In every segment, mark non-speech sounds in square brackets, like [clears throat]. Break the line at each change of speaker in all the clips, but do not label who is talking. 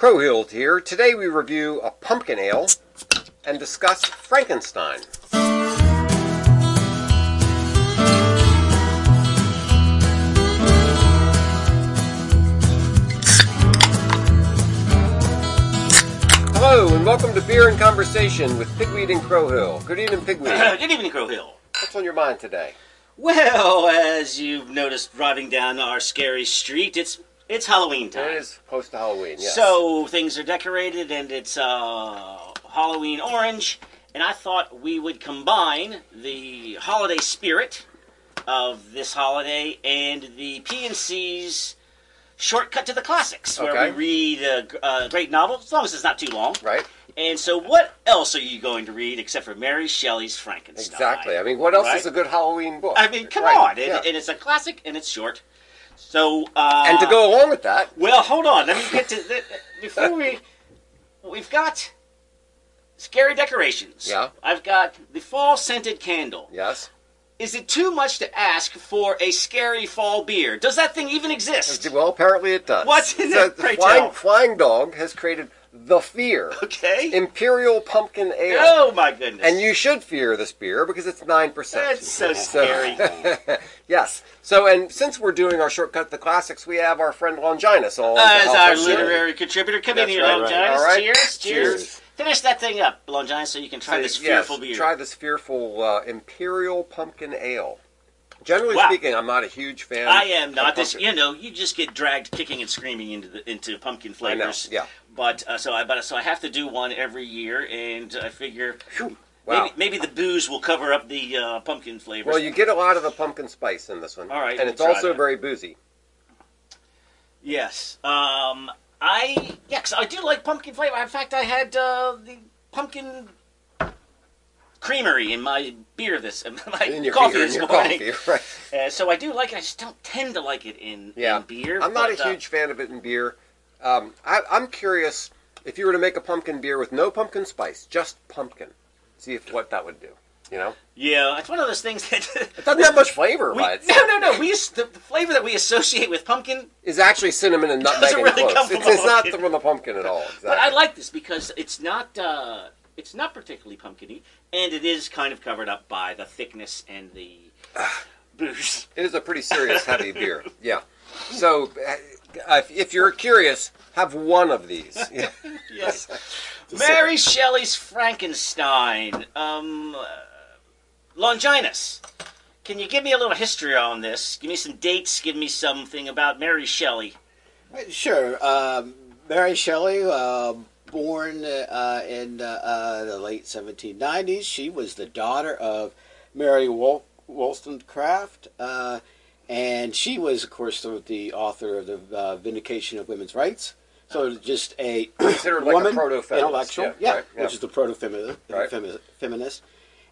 Crowhild here. Today we review a pumpkin ale and discuss Frankenstein. Hello and welcome to Beer and Conversation with Pigweed and Crowhill. Good evening, Pigweed.
[laughs] Good evening, Crow Hill.
What's on your mind today?
Well, as you've noticed driving down our scary street, it's it's Halloween
It
time.
is close to Halloween. Yes.
So things are decorated and it's uh, Halloween orange, and I thought we would combine the holiday spirit of this holiday and the PNC's shortcut to the classics, where
Okay.
we read a, g- a great novel, as long as it's not too long.
right.
And so, what else are you going to read except for Mary Shelley's Frankenstein?
Exactly. I mean, what else
Right?
is a good Halloween book?
I mean, come
Right,
on. It,
yeah.
and it's a classic and it's short. So, uh,
and to go along with that,
Well, hold on. Let me get to the, before we. We've got scary decorations.
Yeah.
I've got the fall scented candle.
yes,
Is it too much to ask for a scary fall beer? Does that thing even exist?
well, apparently it does.
What's in
So
it?
the
Pray
Flying,
tell.
Flying Dog has created the fear
Okay.
Imperial Pumpkin Ale,
oh my goodness.
and you should fear this beer because it's nine percent.
That's so scary.
[laughs] yes. So, and since we're doing our shortcut to the classics, we have our friend Longinus on. to
Uh, As
help
our
us here.
literary contributor, come in
That's
here,
right,
Longinus.
right. All right.
Cheers, cheers,
Cheers.
Finish that thing up, Longinus, so you can try
So,
this
yes,
fearful beer.
Try this fearful uh, Imperial Pumpkin Ale. Generally
Wow.
speaking, I'm not a huge fan.
I am
of
not this.
pumpkin.
You know, you just get dragged kicking and screaming into the into
I
pumpkin
know.
flavors.
Yeah.
But uh, so I but so I have to do one every year, and I figure
Wow.
maybe maybe the booze will cover up the uh, pumpkin flavors.
Well, you get a lot of the pumpkin spice in this one.
All right,
And
we'll
it's
try
also
that.
very boozy.
yes. Um. I yes, I do like pumpkin flavor. In fact, I had uh, the pumpkin creamery in my beer this [laughs] in
[laughs]
my
In your
coffee
beer, in
this
your
morning.
coffee, [laughs] right.
Uh, so I do like it. I just don't tend to like it in,
Yeah.
in beer.
I'm not
but,
a
uh,
huge fan of it in beer. Um, I, I'm curious if you were to make a pumpkin beer with no pumpkin spice, just pumpkin, see if what that would do. You know,
yeah, it's one of those things [laughs] that
it doesn't have much flavor,
We,
but [laughs] it's-
no, no, no. We used, the, the flavor that we associate with pumpkin,
is actually cinnamon and nutmeg
Doesn't
and
really
cloves.
come from
it's, it's
a
not
pumpkin.
from the pumpkin at [laughs] all. Exactly.
but I like this because it's not uh, it's not particularly pumpkiny, and it is kind of covered up by the thickness and
[sighs]
the booze.
It is a pretty serious heavy beer. [laughs] Yeah. So, uh, if, if you're curious, have one of these. [laughs] Yeah.
[laughs] Yes, Mary Shelley's Frankenstein. Um, uh, Longinus, can you give me a little history on this? Give me some dates. Give me something about Mary Shelley.
Sure. Um, Mary Shelley, uh, born uh, in uh, uh, the late 1790s, she was the daughter of Mary Wol- Wollstonecraft, uh, and she was, of course, the, the author of the uh, Vindication of Women's Rights. So just a
Considered like a
woman,
proto-feminist,
intellectual,
yeah,
yeah,
right, yeah.
which is the proto-feminist.
Right.
femi- feminist.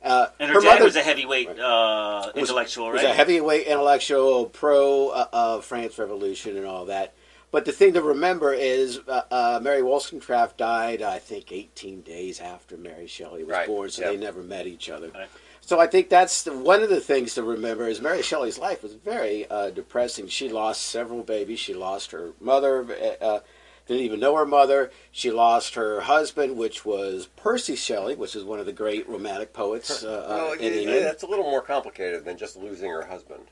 Uh,
And her, dad was a heavyweight uh, intellectual,
was
right?
a heavyweight intellectual, pro uh, uh, France Revolution, and all that. But the thing to remember is uh, uh, Mary Wollstonecraft died, I think, 18 days after Mary Shelley was
Right,
born, so
yeah.
they never met each other.
Right.
So I think that's the, one of the things to remember is Mary Shelley's life was very uh, depressing. She lost several babies. She lost her mother, uh, uh, didn't even know her mother. She lost her husband, which was Percy Shelley, which is one of the great romantic poets uh, uh,
oh,
Well,
in
yeah,
England.
that's a little more complicated than just losing her husband,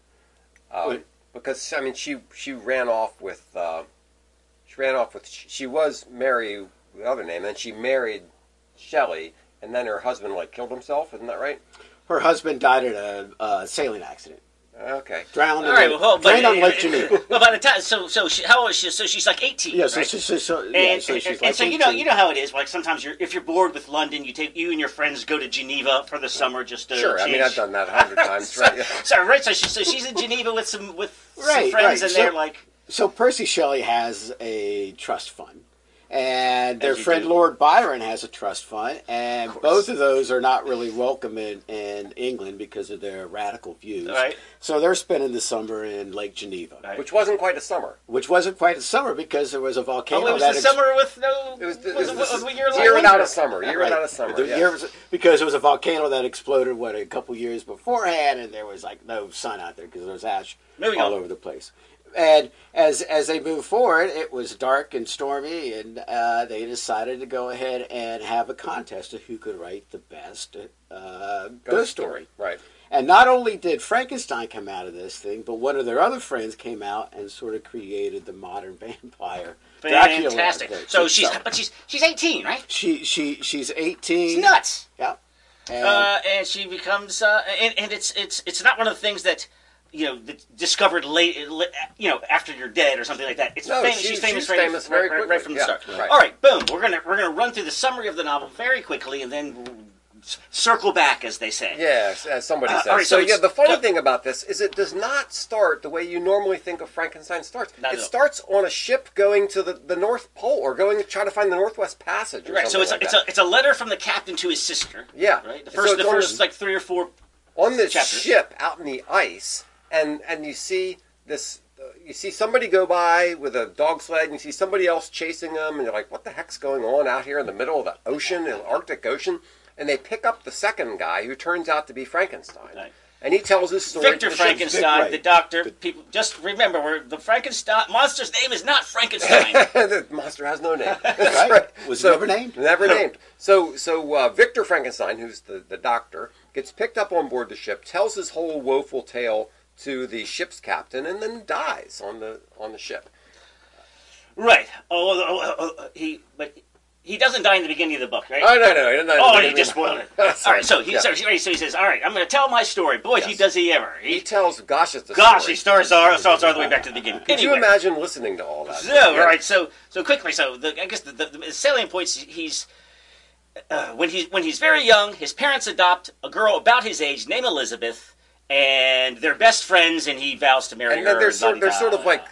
um,
Wait.
because I mean she she ran off with uh, she ran off with she, she was Mary the other name, and then she married Shelley, and then her husband like killed himself. Isn't that right?
Her husband died in a uh, sailing accident,
Okay.
drowned
All
in
right,
the-
well, hold, but,
drowned on
[laughs]
Lake Geneva.
well, by the time, so so she, how old is she? So she's like eighteen.
yeah, so,
right?
she, so, so, yeah,
and,
so she's
and-
like
and so you know
18.
you know how it is. Like sometimes you're if you're bored with London, you take you and your friends go to Geneva for the summer just to
Sure. I
Change.
mean I've done that a [laughs] hundred times. Right. Yeah.
So right, so, she, so she's in Geneva with some with some
Right,
friends,
right,
and
so-
they're like,
So Percy Shelley has a trust fund, and their
you
friend
do.
Lord Byron has a trust fund, and
course.
both of those are not really welcome in, in England because of their radical views.
Right.
So they're spending the summer in Lake Geneva,
Right.
Which wasn't quite a summer.
which wasn't quite a summer because there was a volcano.
oh, it was
that
the
ex-
summer with no.
It was, it
was,
was,
was,
this-
year
year
long
without a
winter.
summer. Year
Right.
without a summer.
The
yeah.
year was- because it was a volcano that exploded what a couple years beforehand, and there was like no sun out there because there was ash
Moving
all
on.
over the place. and as as they moved forward, it was dark and stormy, and uh, they decided to go ahead and have a contest of who could write the best uh, ghost, story.
Right.
And not only did Frankenstein come out of this thing, but one of their other friends came out and sort of created the modern [laughs] vampire. Dracula
Fantastic.
thing.
So she's but she's she's 18, right?
she she she's eighteen.
She's nuts.
Yeah. And,
uh, and she becomes uh, and, and it's it's it's not one of the things that you know that's discovered late li- you know after you're dead or something like that it's
No,
famous,
she-
she's famous,
she's
right,
famous
right-
very
right, right
quickly,
from the
yeah,
start
right.
all right boom we're gonna we're gonna run through the summary of the novel very quickly and then we'll s- circle back as they say
Yes, as somebody
Uh,
said.
all right,
so,
so
yeah,
it's-
the funny
yeah.
thing about this is it does not start the way you normally think of Frankenstein starts.
Not
it
at all.
starts on a ship going to the, the North Pole or going to try to find the Northwest Passage. Or
right so
something
it's
like
a, it's
that.
a it's a letter from the captain to his sister
Yeah.
right the
So
first
it's
the
on-
first like three or four
on this
chapters.
ship out in the ice, and and you see this, uh, you see somebody go by with a dog sled, and you see somebody else chasing them, and you're like, what the heck's going on out here in the middle of the ocean, in the Arctic Ocean? And they pick up the second guy, who turns out to be Frankenstein,
Right.
and he tells his story.
Victor
to the ship's
Frankenstein,
right.
the doctor. People, just remember, we're, the Frankenstein monster's name is
[laughs]
not
[laughs]
Frankenstein.
the monster has no
[laughs]
name.
Right. Was never named.
Never
[laughs]
No.
named. So, so uh, Victor Frankenstein, who's the, the doctor, gets picked up on board the ship, tells his whole woeful tale to the ship's captain, and then dies on the on the ship.
Right. Oh, oh, oh, oh, he but he doesn't die in the beginning of the book, right?
Oh no no! no, no
oh,
no,
he
no,
just
no.
spoiled it. all
[laughs] Sorry.
right. So he
Yeah.
so, he, so he says, all right, I'm going to tell my story. Boy, he
Yes.
does he ever. He,
He tells gosh it's the
gosh,
story.
he starts all, starts all the way back to the beginning.
Could you
Anyway.
imagine listening to all that?
So,
Yeah.
right. So, so quickly. So, the, I guess the, the, the salient points. He's uh, when he's when he's very young. His parents adopt a girl about his age named Elizabeth, and they're best friends. And he vows to marry
And
her.
then they're sort
blah,
they're
blah,
sort of
blah.
like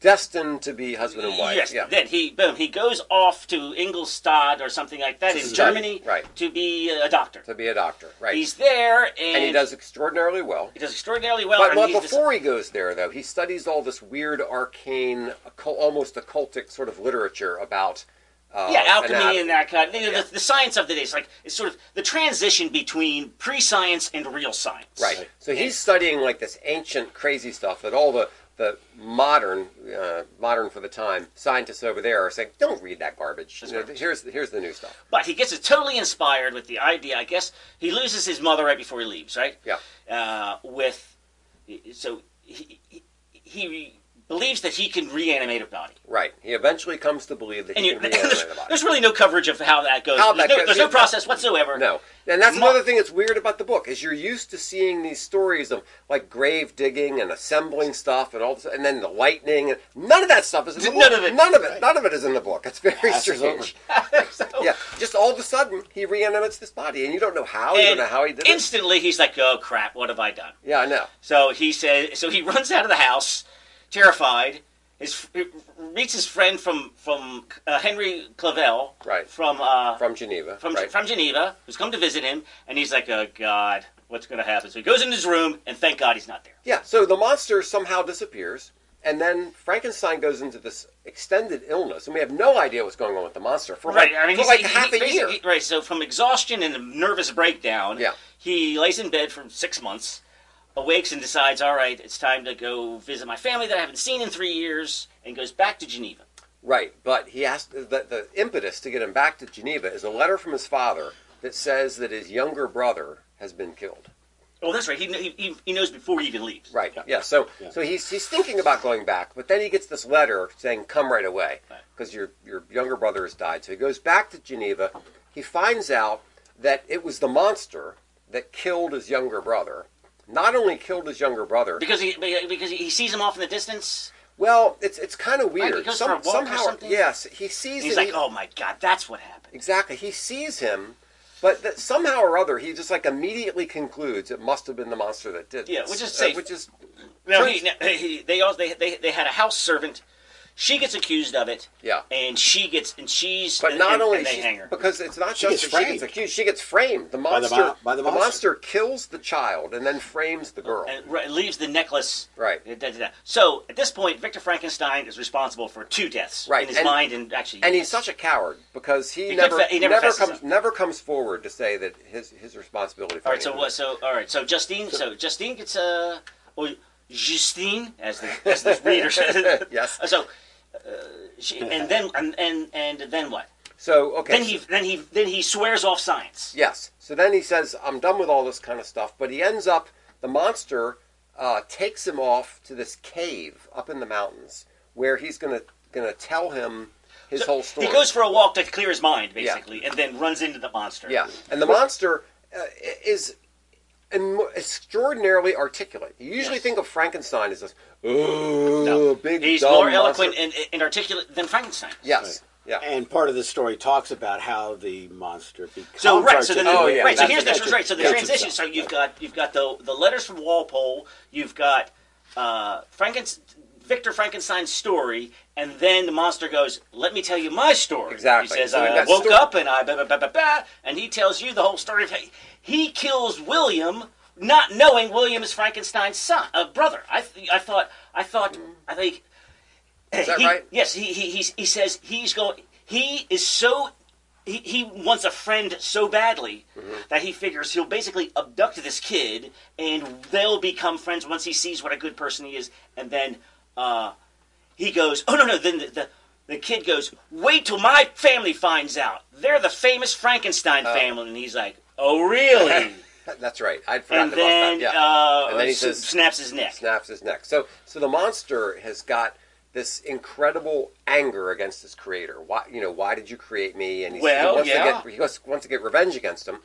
destined to be husband and wife.
Yes.
yeah.
Then he boom he goes off to Ingolstadt or something like that
To
in
study,
Germany
right.
to be a doctor.
to be a doctor, right?
He's there and,
and he does extraordinarily well.
he does extraordinarily well.
But,
and
but
he's just-
before he goes there, though, he studies all this weird, arcane, occult, almost occultic sort of literature about uh,
yeah, alchemy
anatomy.
and that kind. Of, you know,
Yeah.
the, the science of the day is like it's sort of the transition between pre-science and real science.
Right. So he's studying like this ancient, crazy stuff that all the the modern, uh, modern for the time, scientists over there are saying, "Don't read that garbage. You know, here's here's the new stuff."
But he gets totally inspired with the idea. I guess he loses his mother right before he leaves, right?
Yeah.
Uh, with so he, he he believes that he can reanimate a body.
Right. He eventually comes to believe that
And
he
you,
can reanimate
there's,
a
[laughs]
body.
there's really no coverage of how that goes.
How that
there's, no,
goes,
there's no
yeah.
process whatsoever.
No, [laughs] and that's
Mo-
another thing that's weird about the book is you're used to seeing these stories of like grave digging and assembling stuff and all, this, and then the lightning and none of that stuff is in the book.
None of it.
None of it. None of it is in the book. It's very
Passes over.
strange. Yeah, just all of a sudden he reanimates this body, and you don't know how. you don't
And
know how he did it.
instantly, he's like, "Oh crap! What have I done?"
Yeah, I know.
So he says. So he [laughs] runs out of the house, terrified. His meets his friend from from uh, Henry Clavel,
Right.
From uh,
From Geneva.
from
right.
from Geneva, who's come to visit him, and he's like, "Oh God, what's going to happen?" So he goes in his room, and thank God he's not there.
Yeah, so the monster somehow disappears, and then Frankenstein goes into this extended illness, and we have no idea what's going on with the monster for
Right,
like,
I mean,
for
he's
like
he-
half
he
a year.
basically- Right, so from exhaustion and a nervous breakdown,
Yeah.
he lays in bed for six months, awakes and decides, all right, it's time to go visit my family that I haven't seen in three years, and goes back to Geneva.
Right, but he has the, the impetus to get him back to Geneva is a letter from his father that says that his younger brother has been killed.
Oh, that's right. He, kn- he, he knows before he even leaves.
Right. Yeah. So
Yeah.
so he's he's thinking about going back, but then he gets this letter saying come right away
Right.
because your your younger brother has died. So he goes back to Geneva. He finds out that it was the monster that killed his younger brother. Not only killed his younger brother.
Because he because he sees him off in the distance.
Well, it's it's kind of
he
weird.
goes for a walk or something?
yes, he sees
And he's
it,
like,
he-
oh my God, that's what happened.
Exactly. He sees him, but that somehow or other, he just like immediately concludes it must have been the monster that did.
Yeah,
this.
which is
Uh,
safe.
which is
No, he, no, he, they, all, they, they, they had a house servant. She gets accused of it.
Yeah.
And she gets, and she's,
but
and-
not
and-
only
and they
she's-
hang her.
because it's not
She
just that
gets
she
framed.
gets accused. She gets framed. The
By the
monster
mo- by the monster.
kills the child and then frames the girl.
and uh, re- leaves the necklace.
Right.
Da- da- da- da. So at this point, Victor Frankenstein is responsible for two deaths
Right,
in his
and-
mind and actually.
and he's such a coward because he,
He
never
confe- he never fesses
comes
up.
never comes forward to say that his his responsibility. For
All right. So
anything.
what? So all right. So Justine. So Justine gets uh, or Justine, as the, as
[laughs]
the reader says.
Yes.
So, uh, she, and then and, and and then what?
So okay.
Then he then he then he swears off science.
Yes. So then he says, I'm done with all this kind of stuff. But he ends up, the monster uh, takes him off to this cave up in the mountains where he's going to gonna tell him his whole story.
He goes for a walk to clear his mind, basically, and then runs into the monster.
yeah. And the monster uh, i- is em- extraordinarily articulate. You usually
Yes.
think of Frankenstein as this, oh,
No.
big,
He's
dumb
more
monster."
eloquent and, and articulate than Frankenstein.
Yes. Yeah.
And part of the story talks about how the monster becomes.
So right, so then
articulate.
Oh, yeah,
right, so
that's
here's
what
the
that
right, so the
Yeah.
transition. So you've got you've got the the letters from Walpole, you've got uh, Frankenstein, Victor Frankenstein's story, and then the monster goes, "Let me tell you my story."
Exactly.
He says,
So we've
"I
got
woke
story-
up and I ba ba ba ba ba," and he tells you the whole story of he, he kills William. Not knowing William is Frankenstein's son, uh, brother, I, th- I thought, I thought, I think
Is that
he,
right?
Yes, he, he, he's, he says he's going. He is so. He, he wants a friend so badly
Mm-hmm.
that he figures he'll basically abduct this kid and they'll become friends once he sees what a good person he is. And then uh, he goes, Oh, no, no. Then the, the, the kid goes, Wait till my family finds out. They're the famous Frankenstein
Uh.
family. And he's like, Oh,
[laughs]
really?
That's right. I'd forgotten
and then,
about that. Yeah.
uh,
And then he
s-
says-
snaps his neck.
snaps his neck. So so the monster has got this incredible anger against his creator. Why you know why did you create me? And he's,
Well,
he wants
yeah.
to get he wants, wants to get revenge against him,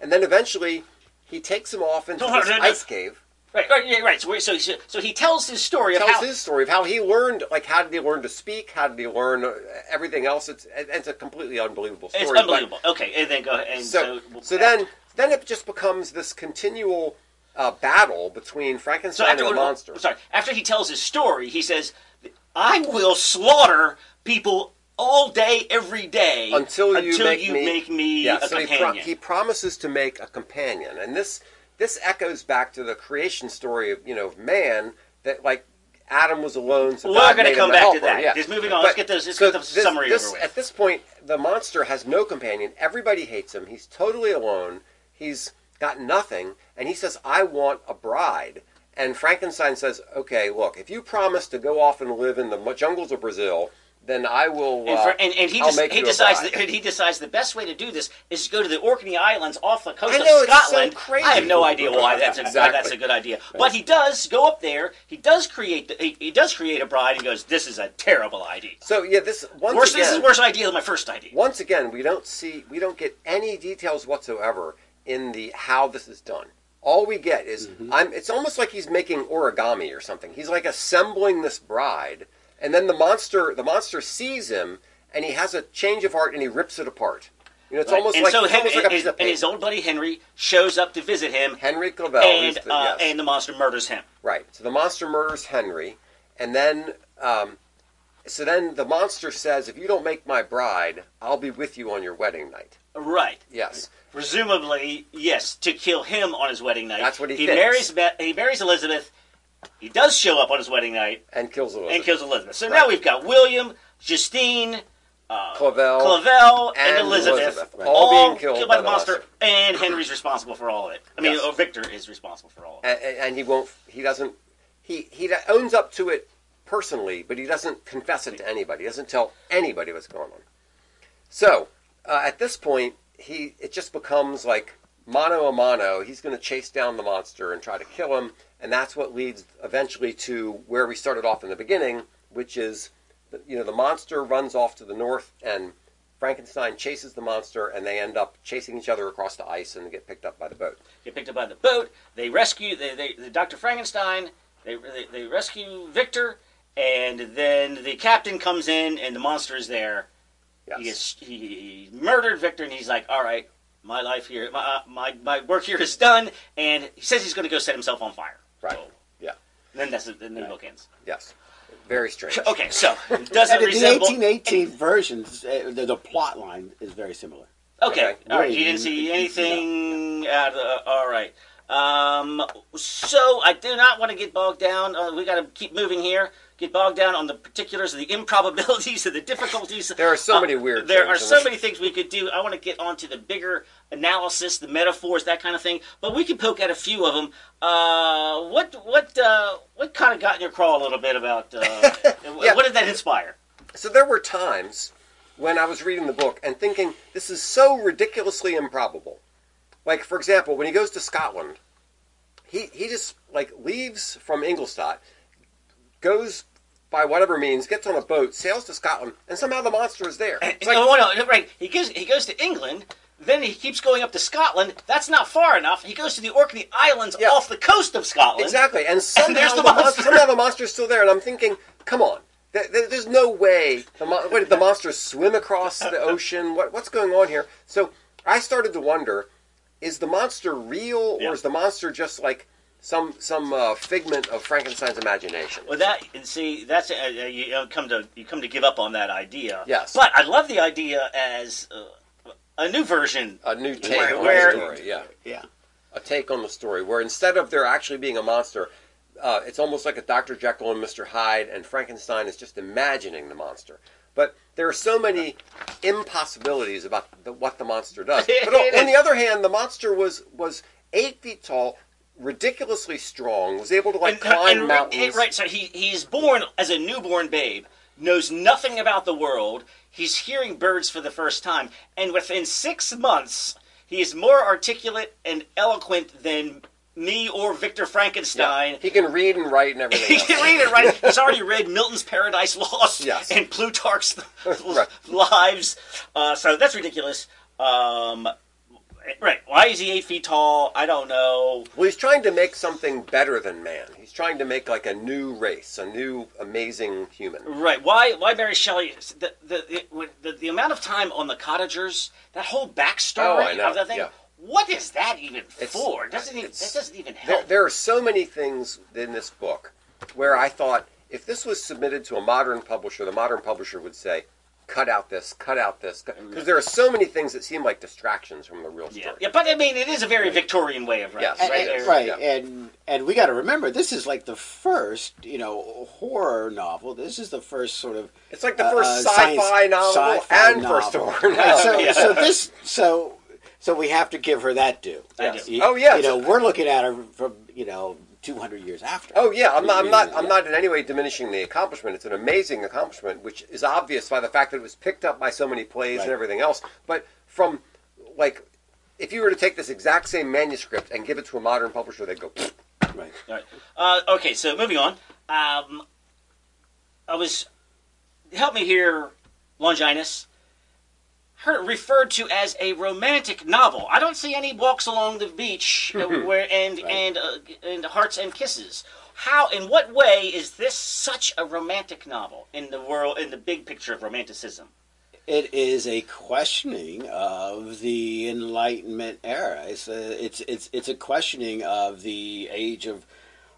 and then eventually he takes him off into
No, no,
this
no, no.
ice cave.
Right, right, yeah, right. So, we- so, so, so he tells his story of
Tells
how,
his story of how he learned, like how did he learn to speak? How did he learn uh, everything else? It's it- it's a completely unbelievable story.
It's
but-
unbelievable. okay, and then go ahead. And
so
so,
so, then then it just becomes this continual uh, battle between
so
Frankenstein
after
and the monster.
Sorry, after he tells his story, he says, "I will slaughter people all day, every day,
until you make me,
me
yeah,
a
so he pro-
companion."
He, promises to make a companion, and this this echoes back to the creation story of you know of man that like Adam was alone. So
We're
God
gonna
made
come
him a
back to
helper,
that.
Yeah.
Just moving on,
But-
let's get this- let's
so
get the
this-
summary
this-
over with.
At this point, the monster has no companion. Everybody hates him. He's totally alone. He's got nothing, and he says, "I want a bride." And Frankenstein says, "Okay, look, if you promise to go off and live in the mu- jungles of Brazil." Then I will.
and,
uh,
for, and, and he,
I'll
just,
make
he
you a
decides
bride."
that, and he decides the best way to do this is to go to the Orkney Islands off the coast
I know,
of
it's so
Scotland.
crazy.
I have no idea why that's a, why
Exactly.
that's a good idea, but he does go up there. He does create the, he, he does create a bride and goes, "This is a terrible idea.
So yeah, this once
Worse,
again,
this is a worse idea than my first idea."
once again, we don't see, we don't get any details whatsoever in the how this is done. All we get is,
Mm-hmm.
I'm. It's almost like he's making origami or something. He's like assembling this bride, and then the monster, the monster sees him, and he has a change of heart, and he rips it apart. You know, it's almost
and
like
so
it's
Hen-
almost like
and,
a piece of
and his
paper.
old buddy Henry shows up to visit him,
Henry Clavell,
and
who's the-
uh,
yes.
and the monster murders him.
Right. So the monster murders Henry, and then um, so then the monster says, "If you don't make my bride, I'll be with you on your wedding night."
Right.
Yes.
Presumably, yes, to kill him on his wedding night.
That's what he
he
thinks.
marries. Ma- He marries Elizabeth. He does show up on his wedding night
And kills Elizabeth.
and kills Elizabeth. So
Right.
now we've got William, Justine,
Clavel.
Clavel, and,
and
Elizabeth,
Elizabeth, right.
all,
all being killed
by,
by
the
the
monster.
monster.
And Henry's responsible for all of it. I mean,
Yes.
oh, Victor is responsible for all of it.
and, and he won't. He doesn't. He he owns up to it personally, but he doesn't confess it to anybody. He doesn't tell anybody what's going on. So uh, at this point, he it just becomes like mano a mano. He's going to chase down the monster and try to kill him, and that's what leads eventually to where we started off in the beginning, which is you know the monster runs off to the north and. Frankenstein chases the monster, and they end up chasing each other across the ice and get picked up by the boat.
get picked up by the boat. They rescue they, they, the Dr. Frankenstein. They, they, they rescue Victor, and then the captain comes in, and the monster is there.
Yes.
He, gets, he, he murdered Victor, and he's like, "All right, my life here, my uh, my, my work here is done." And he says he's going to go set himself on fire.
Right.
So,
Yeah.
then that's then the book ends.
Yes. Very strange.
Okay, so [laughs] does it
And in the
resemble?
1818 versions, uh, the, the plot line is very similar.
Okay,
Okay.
all right.
Wait,
You didn't see
you-
anything out of the, all right. Um, so I do not want to get bogged down. Uh, we got to keep moving here. get bogged down on the particulars of the [laughs] improbabilities of the difficulties.
There are so
Uh,
many weird
There
things
are
in
so
this.
many things we could do. I want to get onto the bigger analysis, the metaphors, that kind of thing. But we can poke at a few of them. Uh, what what uh, what kind of got in your craw a little bit about? Uh,
[laughs] Yeah.
What did that inspire?
So there were times when I was reading the book and thinking, this is so ridiculously improbable. Like, for example, when he goes to Scotland, he, he just, like, leaves from Ingolstadt, goes by whatever means, gets on a boat, sails to Scotland, and somehow the monster is there. It's like,
oh, no, no, right. He goes he goes to England. Then he keeps going up to Scotland. That's not far enough. He goes to the Orkney Islands
Yeah.
off the coast of Scotland.
Exactly,
[laughs]
and somehow
there's
the,
the
mon-
monster.
somehow the monster's still there, and I'm thinking, come on, th- th- there's no way the mon- what, did the monsters swim across
[laughs]
the ocean. What what's going on here? So I started to wonder, is the monster real, or
Yeah.
is the monster just like some some uh, figment of Frankenstein's imagination?
Well, that and see, that's uh, uh, you uh, come to you come to give up on that idea.
Yes.
but I love the idea as uh, a new version.
A new take
Where-
on
where-
the story, yeah,
Yeah.
a take on the story where instead of there actually being a monster. Uh, it's almost like a Dr. Jekyll and Mr. Hyde, and Frankenstein is just imagining the monster. But there are so many impossibilities about the, what the monster does.
[laughs]
But on, on the other hand, the monster was was eight feet tall, ridiculously strong, was able to like
And- uh,
climb
and- and-
mountains.
right, so he he's born as a newborn babe, knows nothing about the world. He's hearing birds for the first time, and within six months, he is more articulate and eloquent than me or Victor Frankenstein.
He can read and write and everything.
[laughs] He
else.
can read it right. He's already read Milton's Paradise
[laughs]
Lost
Yes.
and Plutarch's
[laughs] Right.
[laughs] Lives. Uh, so that's ridiculous. Um, right. Why is he eight feet tall? I don't know.
Well, he's trying to make something better than man. He's trying to make like a new race, a new amazing human.
Right. Why? Why Mary Shelley? The the the, when- the, the amount of time on the cottagers. That whole backstory
Oh, I know,
of that thing.
yeah.
What is that even
It's-
for? It doesn't even
it's-
that doesn't even
There,
help.
there are so many things in this book where I thought if this was submitted to a modern publisher, the modern publisher would say, "Cut out this, cut out this," because there are so many things that seem like distractions from the real story.
Mm-hmm. yeah. yeah. But I mean, it is a very Victorian way of writing. Eh,
Yes,
right.
it
there.
is.
right,
Yeah.
and and we got to remember this is like the first you know horror novel. This is the first sort of
It's like the
uh,
first
uh,
sci-fi
science-
novel
sci-fi
and first
novel.
horror
Right,
[laughs]
so,
novel.
so this so so we have to give her that due.
I do.
You-
Oh, yeah.
you know we're looking at her from you know two hundred years after.
Oh yeah, I'm not, I'm not,
Mm-hmm.
I'm not in any way diminishing the accomplishment. It's an amazing accomplishment, which is obvious by the fact that it was picked up by so many plays
Right.
and everything else. But from like, if you were to take this exact same manuscript and give it to a modern publisher, they'd go. "Pfft."
Right.
All right. Uh, okay, so moving on. Um, I was help me here, Longinus. Her referred to as a romantic novel. I don't see any walks along the beach uh, where and
Right.
and uh, and hearts and kisses. How in what way is this such a romantic novel in the world in the big picture of romanticism?
It is a questioning of the Enlightenment era. It's a, it's it's it's a questioning of the age of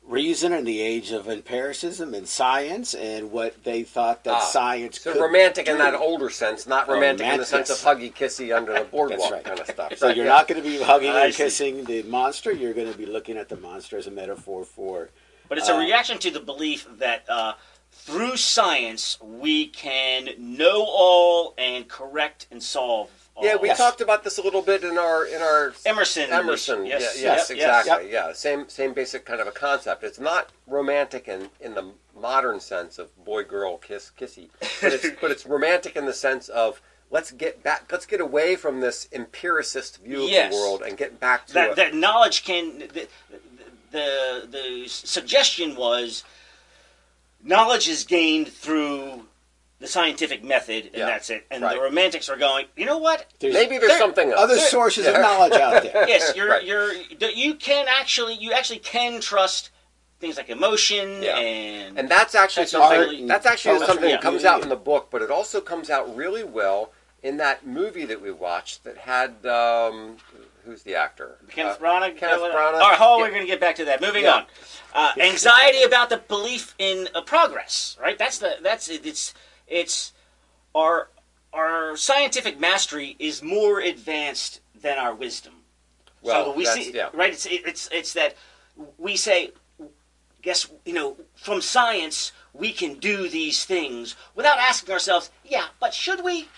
reason and the age of empiricism and science and what they thought that
Ah,
science
So
could
romantic in
do.
that older sense, not romantic in the
Romantic.
sense of huggy kissy under
[laughs]
the boardwalk
right.
kind of stuff.
So
Right,
you're
yeah.
not going to be hugging
I
and
see.
kissing the monster. You're going to be looking at the monster as a metaphor for
But it's a
Uh,
reaction to the belief that uh, through science we can know all and correct and solve. All.
Yeah, we
Yes.
talked about this a little bit in our in our
Emerson.
Emerson.
Yes,
yeah, yes,
yep,
exactly. Yeah, same same basic kind of a concept. It's not romantic in, in the modern sense of boy girl kiss kissy, but it's, but it's romantic in the sense of let's get back, let's get away from this empiricist view of
Yes.
the world and get back to
That
it.
that knowledge can the the, the suggestion was knowledge is gained through the scientific method and
Yeah,
that's it and
right.
the romantics are going you
[laughs]
know what
there's
Maybe there's
there-
something else. [laughs]
other sources of knowledge out there.
yes, you're
Right.
you're that you can actually you actually can trust things like emotion
Yeah.
and
And that's actually
That's
something
art and
that's actually
poetry,
something
yeah.
that comes out in the book, but it also comes out really well in that movie that we watched that had um, who's the actor?
Kenneth
Uh,
Branagh.
Kenneth
All
Branagh.
right, oh,
Yeah.
we're going to get back to that. Moving
Yeah.
on. Uh, anxiety about the belief in uh, progress. Right. That's the. That's it, it's it's our our scientific mastery is more advanced than our wisdom.
Well,
so we
that's-
see
yeah.
right. It's it's it's that we say guess you know from science we can do these things without asking ourselves, yeah, but should we?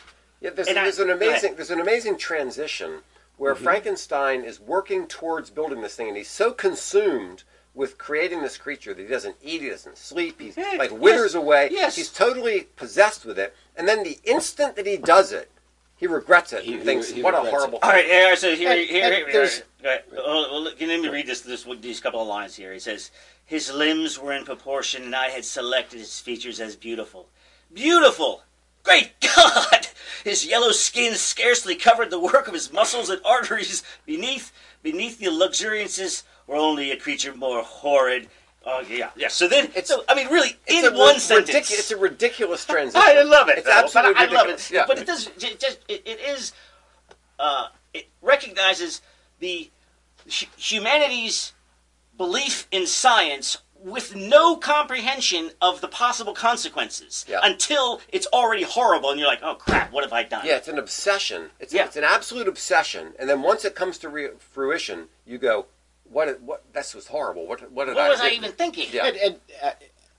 Yeah, there's,
And I-
there's an
go ahead. Mm-hmm.
amazing there's an amazing transition where Frankenstein is working towards building this thing, and he's so consumed with creating this creature that he doesn't eat, he doesn't sleep, he's
Yeah,
like
yes,
withers away.
yes.
he's totally possessed with it. And then the instant that he does it, he regrets it
He-
and thinks,
he- he
"What a
regrets
horrible
All
thing."
right, all right, so here,
And-
here,
and
here, here,
there's-
all right, well, well, Uh, look, let me read this, this, these couple of lines here. He says, "His limbs were in proportion, and I had selected his features as beautiful, beautiful. Great [laughs] God! His yellow skin scarcely covered the work of his muscles and arteries beneath, beneath the luxuriances were only a creature more horrid." Oh yeah, yeah. So then,
It's-
so, I mean, really, in
ri-
one sentence,
ridic- it's a ridiculous transition.
[laughs] I love it.
It's
though,
absolutely
but I, I love
ridiculous.
it.
Yeah.
But it does. It just it, it is. Uh, it recognizes the hu- humanity's belief in science with no comprehension of the possible consequences
Yeah.
until it's already horrible, and you're like, "Oh crap, what have I done?"
Yeah, it's an obsession. It's,
Yeah.
it's an absolute obsession. And then once it comes to re- fruition, you go, "What? What? This was horrible. What? What did
What
I?
was I
do?"
even thinking?
[laughs] Yeah.
[laughs] And and, uh,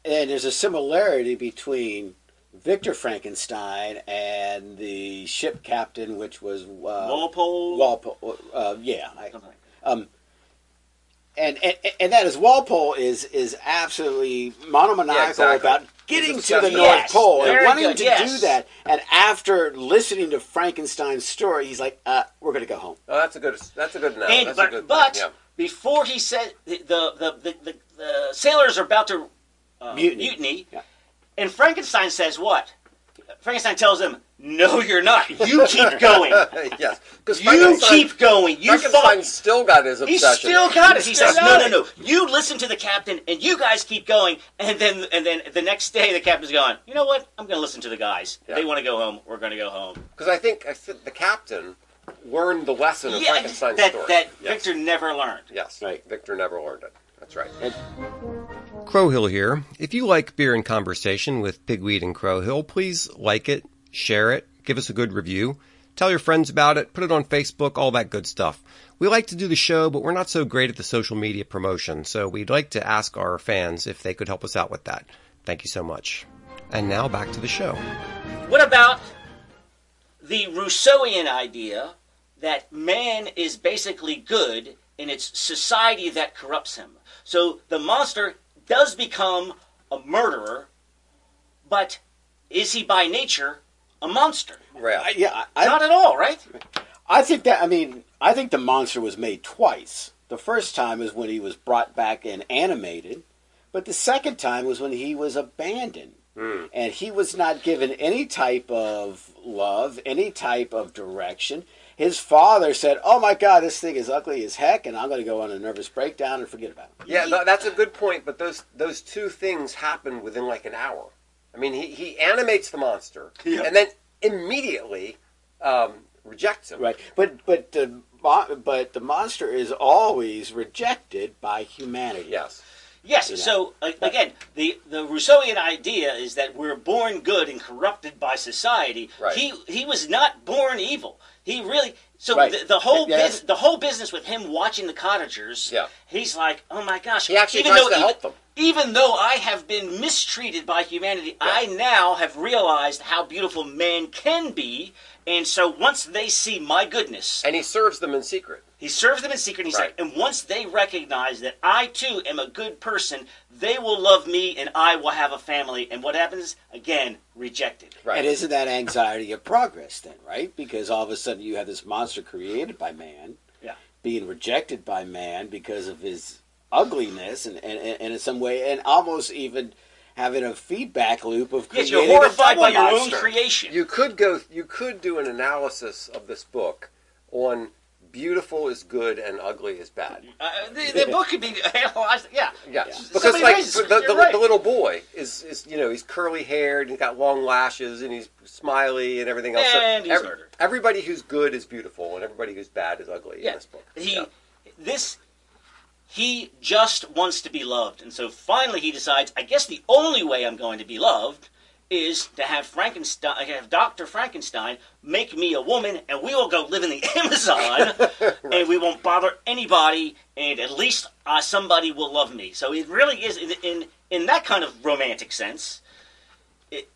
and there's a similarity between Victor Frankenstein and the ship captain, which was uh,
Walpole.
Walpole. Uh, yeah, I,
Something like
um, and, and and that is Walpole is is absolutely monomaniacal
Yeah, exactly.
about getting
He's
to the
obsessed.
North
Yes,
Pole and
very
wanting
good,
to do
yes.
that. And after listening to Frankenstein's story, he's like, uh, "We're going to go home."
Oh, that's a good. That's a good now.
and
that's a
but,
good
but
yeah.
before he said the the the, the, the sailors are about to uh,
Mutiny. Yeah.
and Frankenstein says what? Frankenstein tells them, "No, you're not.
[laughs]
You keep going.
yes, because
you keep going. You
Frankenstein
fuck."
still got his obsession.
He's still got it. He
He's
says,
still
"No,
got
no,
it.
no. You listen to the captain, and you guys keep going." And then, and then the next day, the captain's going. You know what? I'm going to listen to the guys. If
Yeah.
They want to go home. We're going to go home.
Because I think I think the captain learned the lesson of
Yeah,
Frankenstein's
that
story.
that
yes.
Victor never learned.
Yes,
Right.
Victor never learned it. That's right.
And-
Crowhill here. If you like Beer and Conversation with Pigweed and Crowhill, please like it, share it, give us a good review, tell your friends about it, put it on Facebook, all that good stuff. We like to do the show, but we're not so great at the social media promotion, so we'd like to ask our fans if they could help us out with that. Thank you so much. And now back to the show.
What about the Rousseauian idea that man is basically good and it's society that corrupts him? So the monster does become a murderer, but is he by nature a monster?
I, yeah, I,
Not at all, right?
I think that I mean I think the monster was made twice. The first time is when he was brought back and animated, but the second time was when he was abandoned. And he was not given any type of love, any type of direction. His father said, "Oh my God, this thing is ugly as heck, and I'm going to go on a nervous breakdown and forget about it."
Yeah, no, that's a good point. But those those two things happen within like an hour. I mean, he, he animates the monster
Yeah.
and then immediately um, rejects him.
Right, but but the mo- but the monster is always rejected by humanity.
Yes.
Yes.
Yeah.
So a- again, the the Rousseauian idea is that we're born good and corrupted by society.
Right.
He he was not born evil. He really. So
Right.
the, the whole
Yeah,
bus-
that's-
the whole business with him watching the cottagers.
Yeah.
He's like, oh my gosh.
He actually tries to
even, e,
help them.
Even though I have been mistreated by humanity, I now have realized how beautiful man can be. And so once they see my goodness,
And he serves them in secret.
he serves them in secret. He's
Right.
like, and once they recognize that I too am a good person, they will love me, and I will have a family. And what happens? Again, rejected.
Right.
And isn't that anxiety of progress then, right? Because all of a sudden you have this monster created by man,
Yeah.
being rejected by man because of his ugliness and, and, and in some way, and almost even having a feedback loop of
Yes,
creating
you're
a
horrified
double
by your own
monster.
creation.
you could go. You could do an analysis of this book on beautiful is good and ugly is bad.
uh, the, the book could be [laughs] analyzed. Yeah.
Yeah,
Yeah.
because
Somebody
like
raises-
the, the,
you're right.
the little boy is, is you know he's curly haired, he's got long lashes, and he's smiley and everything else. So
And he's
ev-
murdered.
everybody who's good is beautiful, and everybody who's bad is ugly in this book.
He
Yeah.
this he just wants to be loved, and so finally he decides, I guess the only way I'm going to be loved is to have Frankenstein, uh, have Doctor Frankenstein make me a woman, and we will go live in the [laughs] Amazon, and we won't bother anybody, and at least uh, somebody will love me. So it really is in in, in that kind of romantic sense. It,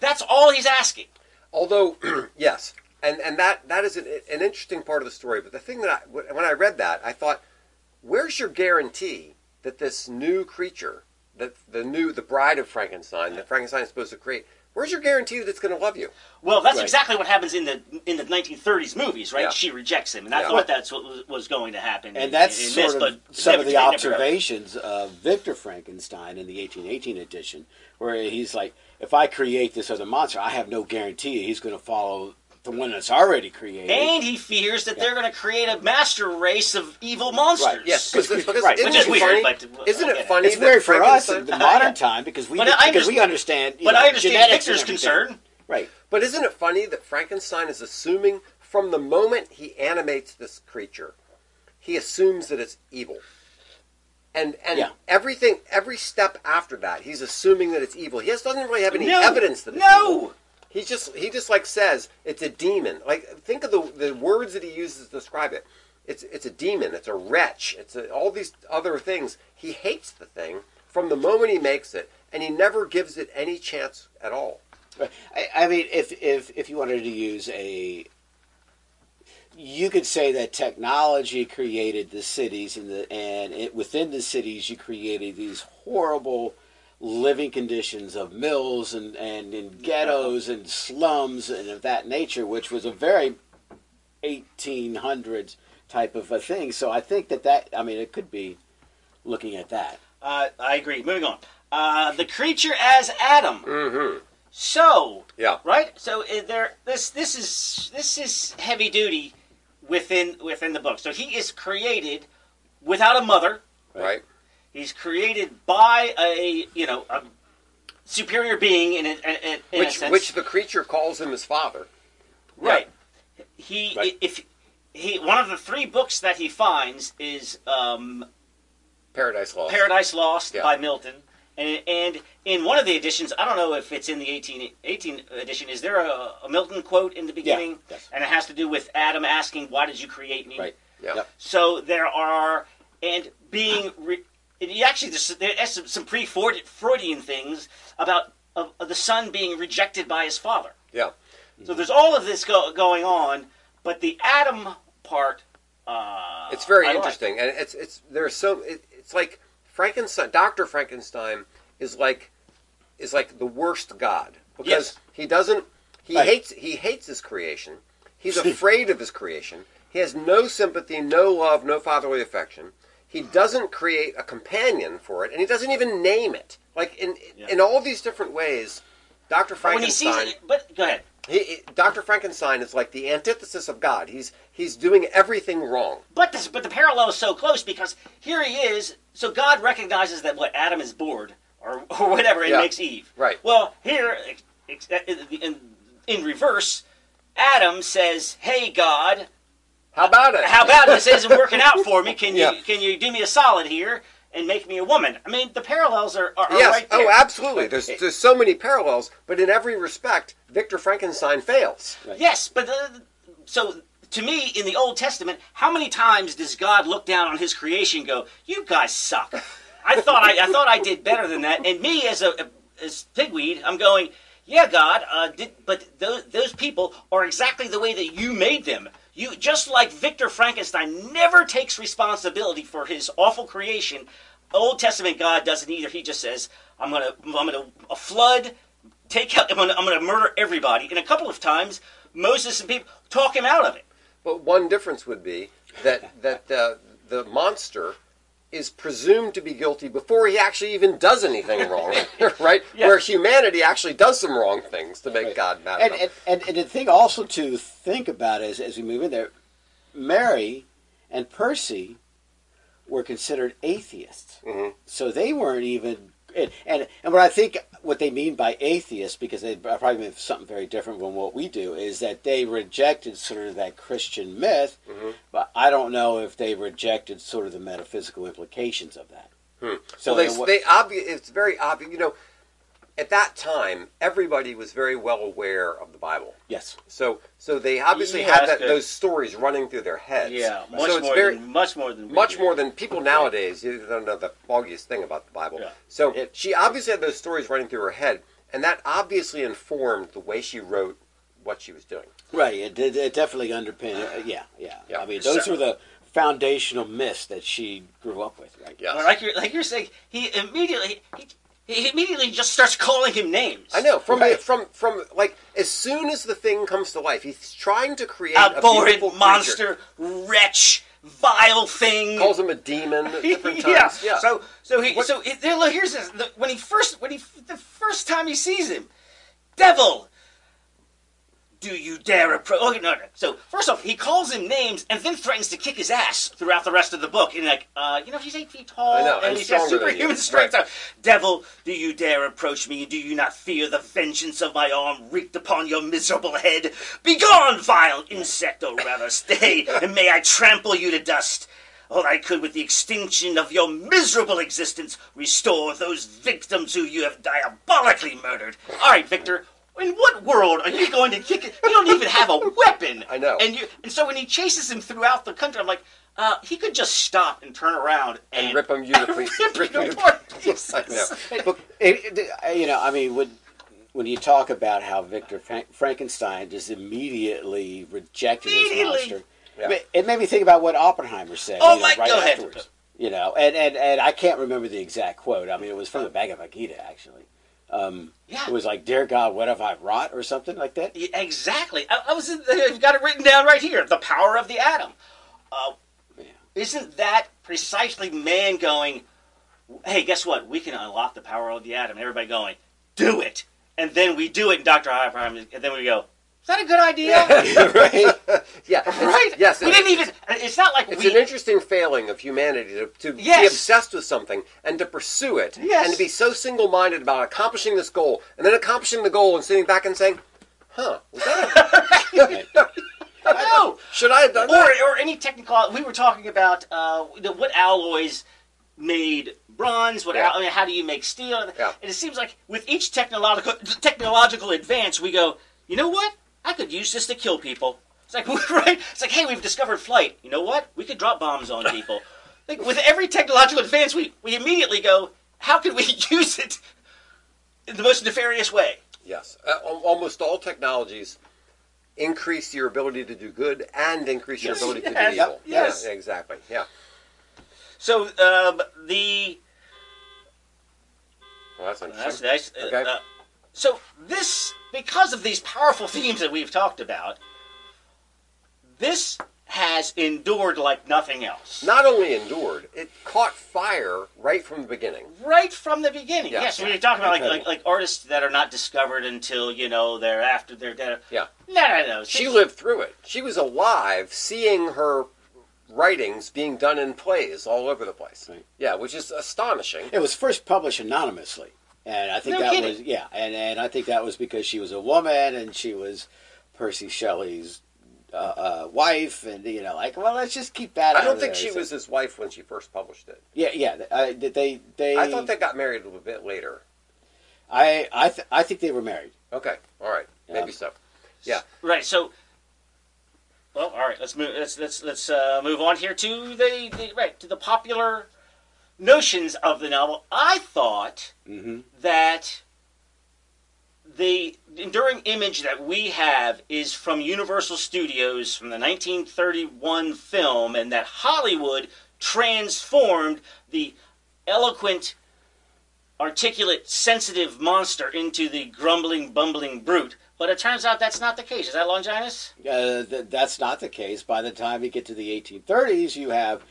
that's all he's asking.
Although, [clears throat] yes, and and that that is an, an interesting part of the story. But the thing that I, when I read that, I thought, where's your guarantee that this new creature, that the new the bride of Frankenstein, that Frankenstein is supposed to create, where's your guarantee that it's going to love you?
Well, that's
Right.
exactly what happens in the in the 1930s movies, right?
Yeah.
She rejects him, and I
Yeah.
thought that's what was, was going to happen. in-
And that's
in
sort
this,
of
but
some of
never-
the
it never-
observations of Victor Frankenstein in the 1818 edition, where he's like, if I create this other monster, I have no guarantee he's going to follow the one that's already created.
And he fears that they're going to create a master race of evil monsters.
Right,
Yes, because because
Right,
isn't
which is
it funny?
weird, but-
isn't
yeah.
it funny?
it's
that
weird for us in
Frankenstein-
the
[laughs]
modern time because we
But I
because we
understand-
understand. you
But
know,
I understand
genetics and
Victor's
everything.
concern.
right?
But isn't it funny that Frankenstein is assuming from the moment he animates this creature, he assumes that it's evil. And and
Yeah.
everything every step after that, he's assuming that it's evil. He just doesn't really have any
No,
evidence that it's evil.
no.
He just he just like says it's a demon. Like think of the the words that he uses to describe it. It's it's a demon. It's a wretch. It's a, all these other things. He hates the thing from the moment he makes it, and he never gives it any chance at all.
Right. I, I mean, if if if you wanted to use a, you could say that technology created the cities, and the and it, within the cities you created these horrible living conditions of mills and and in ghettos and slums and of that nature, which was a very 1800s type of a thing. So I think that that I mean it could be looking at that.
Uh, I agree. Moving on. Uh, the creature as Adam.
Mm-hmm.
So
Yeah.
right. So uh, there. This this is this is heavy duty within within the book. So he is created without a mother.
Right.
He's created by a you know a superior being in a, a, a- in a
which
sense.
which the creature calls him his father.
Right. He
Right.
if he one of the three books that he finds is um,
Paradise Lost.
Paradise Lost
Yeah.
by Milton, and and in one of the editions, I don't know if it's in the 18, 18 edition. Is there a, a Milton quote in the beginning?
yes.
And it has to do with Adam asking, "Why did you create me?"
Right.
yeah.
Yep.
So there are and being re, and you actually there's, there's some, some pre Freudian things about of, of the son being rejected by his father.
Yeah.
So
Mm-hmm.
there's all of this go- going on, but the Adam part. Uh,
It's very
I like.
interesting, and it's it's there's so it, it's like Frankenstein, Doctor Frankenstein is like is like the worst god because
Yes.
he doesn't he
Right.
hates he hates his creation.
[laughs]
He's afraid of his creation. He has no sympathy, no love, no fatherly affection. He doesn't create a companion for it, and he doesn't even name it. Like in
Yeah.
in all these different ways, Doctor
But when he
Frankenstein.
sees it, but go ahead.
He, he- Dr. Frankenstein is like the antithesis of God. He's he's doing everything wrong.
But this, but the parallel is so close because here he is. So God recognizes that what Adam is bored or [laughs] or whatever and
Yeah,
makes Eve.
right.
Well, here ex- ex- in, in reverse, Adam says, "Hey God,
How about it?
how about this isn't working out for me?
[laughs]
Can
Yeah.
you can you do me a solid here and make me a woman?" I mean, the parallels are, are, are
yes.
right there.
oh, absolutely. There's there's so many parallels, but in every respect, Victor Frankenstein fails.
Yes, but the, so to me, in the Old Testament, how many times does God look down on His creation and go, "You guys suck"? I thought I, I thought I did better than that, and me as a as pigweed, I'm going, "Yeah, God, uh, did, but those those people are exactly the way that you made them." You just like Victor Frankenstein never takes responsibility for his awful creation. Old Testament God doesn't either. He just says, "I'm gonna I'm gonna a flood." take out I'm gonna, I'm gonna murder everybody and a couple of times moses and people talk him out of it
But one difference would be
[laughs]
that that uh, the monster is presumed to be guilty before he actually even does anything
[laughs]
wrong, [laughs] right?
Yeah.
Where humanity actually does some wrong things to make
Right.
God mad. at
And,
him.
and, and, and the thing also to think about is as we move in there, Mary and Percy were considered atheists.
Mhm.
So they weren't even. And, and, and what I think what they mean by atheist, because they probably mean something very different from what we do, is that they rejected sort of that Christian myth,
Mm-hmm.
but I don't know if they rejected sort of the metaphysical implications of that.
So Hmm. well, they,
in a wa-
they obvi- it's very obvious. You know, at that time, everybody was very well aware of the Bible.
Yes.
So, so they obviously
Yeah,
had
that's
that,
good.
those stories running through their heads.
Yeah, much
so it's
more
very
than much more than we
much
do.
more than people nowadays. You don't know the foggiest thing about the Bible.
Yeah.
So
It-
she obviously had those stories running through her head, and that obviously informed the way she wrote what she was doing.
Right. It, did it definitely underpinned. Yeah, yeah.
Yeah.
I mean, those
So-
were the foundational myths that she grew up with. Right.
Yes.
Well, like you're like you're saying, he immediately he, he immediately just starts calling him names.
I know from
Right.
from from like as soon as the thing comes to life, he's trying to create a
Abhorrent
beautiful creature.
monster, wretch, vile thing.
Calls him a demon at different
[laughs] yeah.
times. Yeah.
So so he
What-
so it, there, look, here's this. The, when he first when he the first time he sees him, devil. Do you dare approach? Okay, no, no. So first off, he calls him names and then threatens to kick his ass throughout the rest of the book. And like, uh, you know, he's eight feet tall
I know,
and
I'm
he's got
stronger than you.
superhuman
Right.
strength. So, Devil, do you dare approach me? Do you not fear the vengeance of my arm wreaked upon your miserable head? Begone, vile insect, or rather stay, and may I trample you to dust. All I could with the extinction of your miserable existence restore those victims who you have diabolically murdered. All right, Victor. In what world are you going to kick it? You don't even have a weapon.
I know.
And you and so when he chases him throughout the country, I'm like, uh, he could just stop and turn around and,
rip him you
[laughs]
to pieces.
rip
Rip [laughs]
you
you to
apart [laughs] to pieces.
I know.
Look, it, it, you know, I mean, when when you talk about how Victor Frank, Frankenstein just immediately rejected
Immediately.
this monster,
Yeah.
I mean, it made me think about what Oppenheimer said.
Oh
you know,
my-
right
go ahead.
afterwards. You know, and, and and I can't remember the exact quote. I mean, it was from the Bhagavad Gita, actually. Um,
Yeah.
It was like, "Dear God, what have I wrought?" or something like that.
Yeah, exactly. I, I was. In, I've got it written down right here. The power of the atom. Uh,
Yeah.
Isn't that precisely man going? Hey, guess what? We can unlock the power of the atom. Everybody going, do it, and then we do it. And Doctor Hyperheim, and then we go. Is that a
[laughs]
good idea?
right?
yeah. it's-
Right?
Yes.
We
it-
didn't even. It's not like
It's
we.
an interesting failing of humanity to, to be
Yes.
obsessed with something and to pursue it
Yes.
and to be so single minded about accomplishing this goal and then accomplishing the goal and sitting back and saying, huh, was that
no.
a, should I have done
or,
that?
or any technical. We were talking about uh, the- what alloys made bronze. What
Yeah.
al- I mean, how do you make steel?
Yeah.
And it seems like with each technological technological advance, we go. You know what? I could use this to kill people. It's like [laughs] right. It's like hey, we've discovered flight. You know what? We could drop
[laughs]
bombs on people. like with every technological advance, we we immediately go. How can we [laughs] use it in the most nefarious way?
Yes. Uh, al- almost all technologies increase your ability to do good and increase your
Yes,
ability to
yes,
do evil.
yes.
Yeah, exactly. Yeah.
So um, the
Well, that's
That's
interesting.
nice.
Okay.
Uh, so this, because of these powerful themes that we've talked about, this has endured like nothing else.
Not only endured, it caught fire right from the beginning.
right from the beginning.
Yeah.
Yes, we were talking about like, like
Incredible.
like artists that are not discovered until you know they're after they're dead.
Yeah.
No, no, no.
She lived through it. She was alive seeing her writings being done in plays all over the place.
Right.
Yeah, which is astonishing.
It was first published anonymously, and I think
No
that
kidding.
was yeah, and and I think that was because she was a woman and she was Percy Shelley's uh, uh, wife, and you know, like, well, let's just keep that.
I
out
don't
of
think
there.
she
So-
was his wife when she first published it.
Yeah, yeah. I, they, they.
I thought they got married a little bit later.
I, I, th- I think they were married.
Okay, all right, maybe
Yeah.
so. Yeah,
Right. So. Well, all right. Let's move. Let's let's let's uh, move on here to the, the right to the popular notions of the novel. I thought
Mm-hmm.
that the enduring image that we have is from Universal Studios from the 1931 film, and that Hollywood transformed the eloquent, articulate, sensitive monster into the grumbling, bumbling brute. But it turns out that's not the case. Is that Longinus?
Uh, th- that's not the case. By the time you get to the 1830s, you have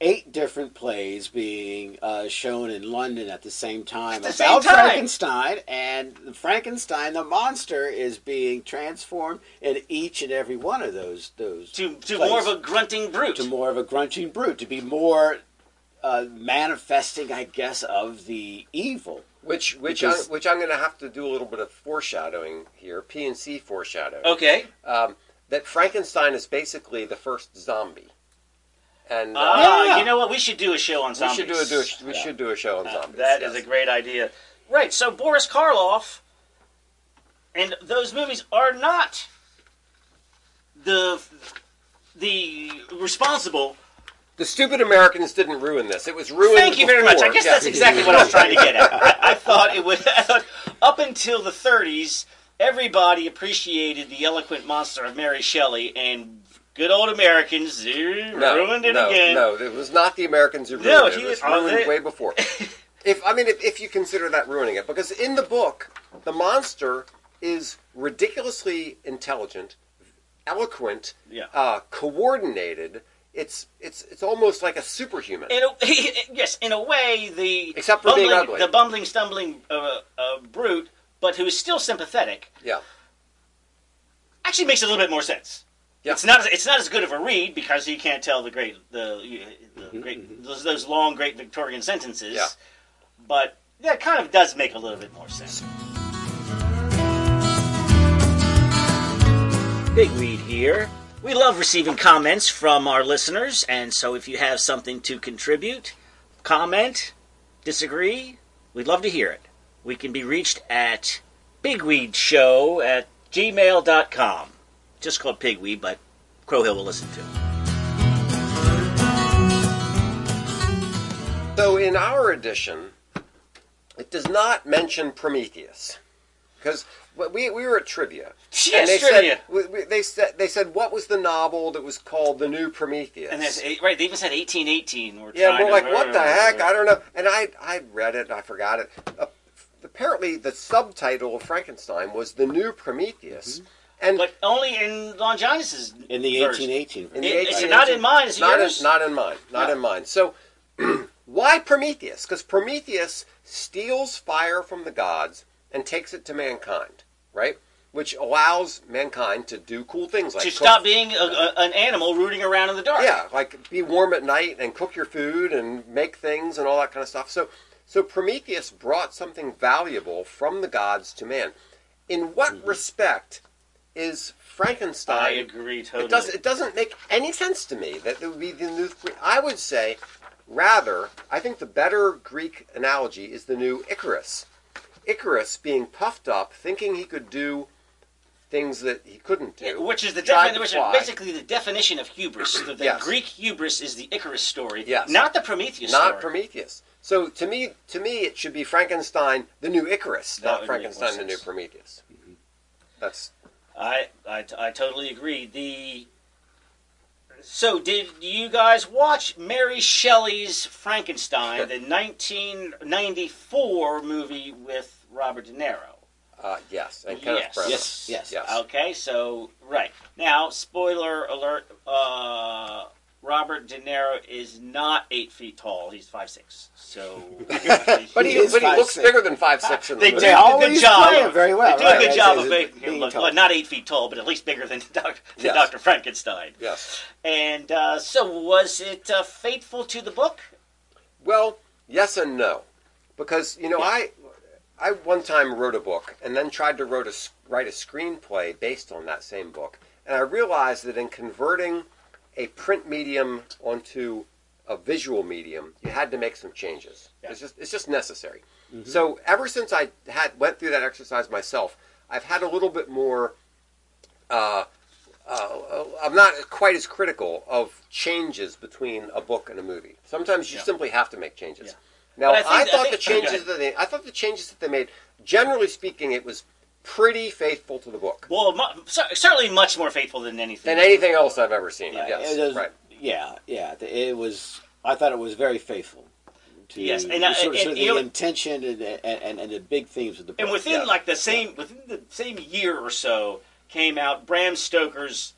eight different plays being uh, shown in London at the same time
At the
about
same time.
Frankenstein, and Frankenstein, the monster, is being transformed in each and every one of those those
To, to
plays
more of a grunting brute.
to more of a grunting brute, to be more uh, manifesting, I guess, of the evil.
which which
Because-
I, which I'm going to have to do a little bit of foreshadowing here, P and C foreshadowing.
Okay.
Um, that Frankenstein is basically the first zombie, and uh,
Ah,
yeah.
You know what? We should do a show on
we
zombies.
should do a, do a we
Yeah.
should do a show on
Uh,
zombies.
That is
yes.
a great idea. Right. So Boris Karloff and those movies are not the the responsible.
The stupid Americans didn't ruin this. It was ruined.
Thank you very much. I
before.
guess
Yeah.
that's exactly what I was trying to get at. I, I thought it would. [laughs] I thought up until the 30s, everybody appreciated the eloquent monster of Mary Shelley, and good old Americans eh,
No,
ruined it
no,
again.
No, it was not the Americans who ruined
No,
it.
he
It was
is- are
ruined
they-
way
[laughs]
before. if I mean, if, if you consider that ruining it, because in the book, the monster is ridiculously intelligent, eloquent,
Yeah.
uh, coordinated. It's it's it's almost like a superhuman.
in a, [laughs] yes, in a way, the
Except for being
bumbling,
ugly.
the bumbling, stumbling uh, uh, brute, but who is still sympathetic,
yeah,
actually makes a little bit more sense.
Yeah.
It's not as, it's not as good of a read because he can't tell the great the, the great those, those long great Victorian sentences.
Yeah.
But that kind of does make a little bit more sense. Big Weed here. We love receiving comments from our listeners, and so if you have something to contribute, comment, disagree, we'd love to hear it. We can be reached at bigweedshow at gmail.com. Just called Pigweed, but Crow Hill will listen to. it.
So in our edition, it does not mention Prometheus because we, we were at trivia.
Yes,
they
trivia.
Said, we- we- they said they said what was the novel that was called the New Prometheus?
And that's eight, right. They even said eighteen eighteen. We're
yeah,
trying
we're
to-
like what the heck? I don't know. And I I read it. and I forgot it. Uh, apparently, the subtitle of Frankenstein was the New Prometheus, and
Mm-hmm. But only in Lon Johnson's
in the
version.
1818.
in
it-
the
it's
1818
not in mine, it's
not
yours.
in not in mine. Not in mine. So. [clears throat] Why Prometheus? Because Prometheus steals fire from the gods and takes it to mankind, right? Which allows mankind to do cool things like
to
cook
stop being a, a, an animal rooting around in the dark. [laughs]
yeah, like be warm at night and cook your food and make things and all that kind of stuff. So, so Prometheus brought something valuable from the gods to man. In what respect is
Mm-hmm. I
Frankenstein?
agree totally.
It doesn't. It doesn't make any sense to me that it would be the new. I would say, rather, I think the better Greek analogy is the new Icarus. Icarus being puffed up, thinking he could do things that he couldn't do.
Which is the
tried
definition?
to
Which is
fly.
basically the definition of hubris. The, the
Yes.
Greek hubris is the Icarus story,
Yes.
not the Prometheus
not
story.
Prometheus. So to me, to me, it should be Frankenstein, the new Icarus,
That
not
would make more
Frankenstein, the new
sense. Mm-hmm.
Prometheus. That's
I, I, I totally agree. The so did you guys watch Mary Shelley's Frankenstein, the 1994 movie with Robert De Niro?
uh, yes, and Kenneth
Yes.
Branagh. [laughs]
Yes, yes.
yes.
Okay, so right now, spoiler alert: uh, Robert De Niro is not eight feet tall; he's five six.
[laughs]
So,
But he,
He is
but he
five,
looks
six.
bigger than five six in the
they
movie.
do a good
always
job.
play it very well,
They do
right,
a good
right,
job
so
of
he's
making
being
him look
tall.
well, not eight feet tall, but at least bigger than [laughs] Doctor than
Yes.
Doctor Frankenstein.
Yes.
And uh, so, was it uh, faithful to the book?
Well, yes and no, because you know I, I one time wrote a book and then tried to wrote a, s- write a screenplay based on that same book, and I realized that in converting a print medium onto a visual medium, you had to make some changes.
Yeah. Mm-hmm.
It's just it's just necessary. So ever since I had went through that exercise myself, I've had a little bit more. Uh, uh, I'm not quite as critical of changes between a book and a movie. Sometimes you
Yeah.
simply have to make changes.
Yeah.
Now,
But I
I,
think- I
thought
think- [laughs]
the changes that they, I thought the changes that they made, generally speaking, it was pretty faithful to the book
Well, mu- cer- certainly much more faithful than anything.
than anything else I've ever seen.
Yeah,
yes,
It was-
right.
Yeah, yeah. th- It was. I thought it was very faithful. To
Yes, and,
the
uh,
sort of,
and-
sort of
you
the
know-
intention and, and, and, and the big themes of the book.
and within
Yeah.
like the same within the same year or so came out Bram Stoker's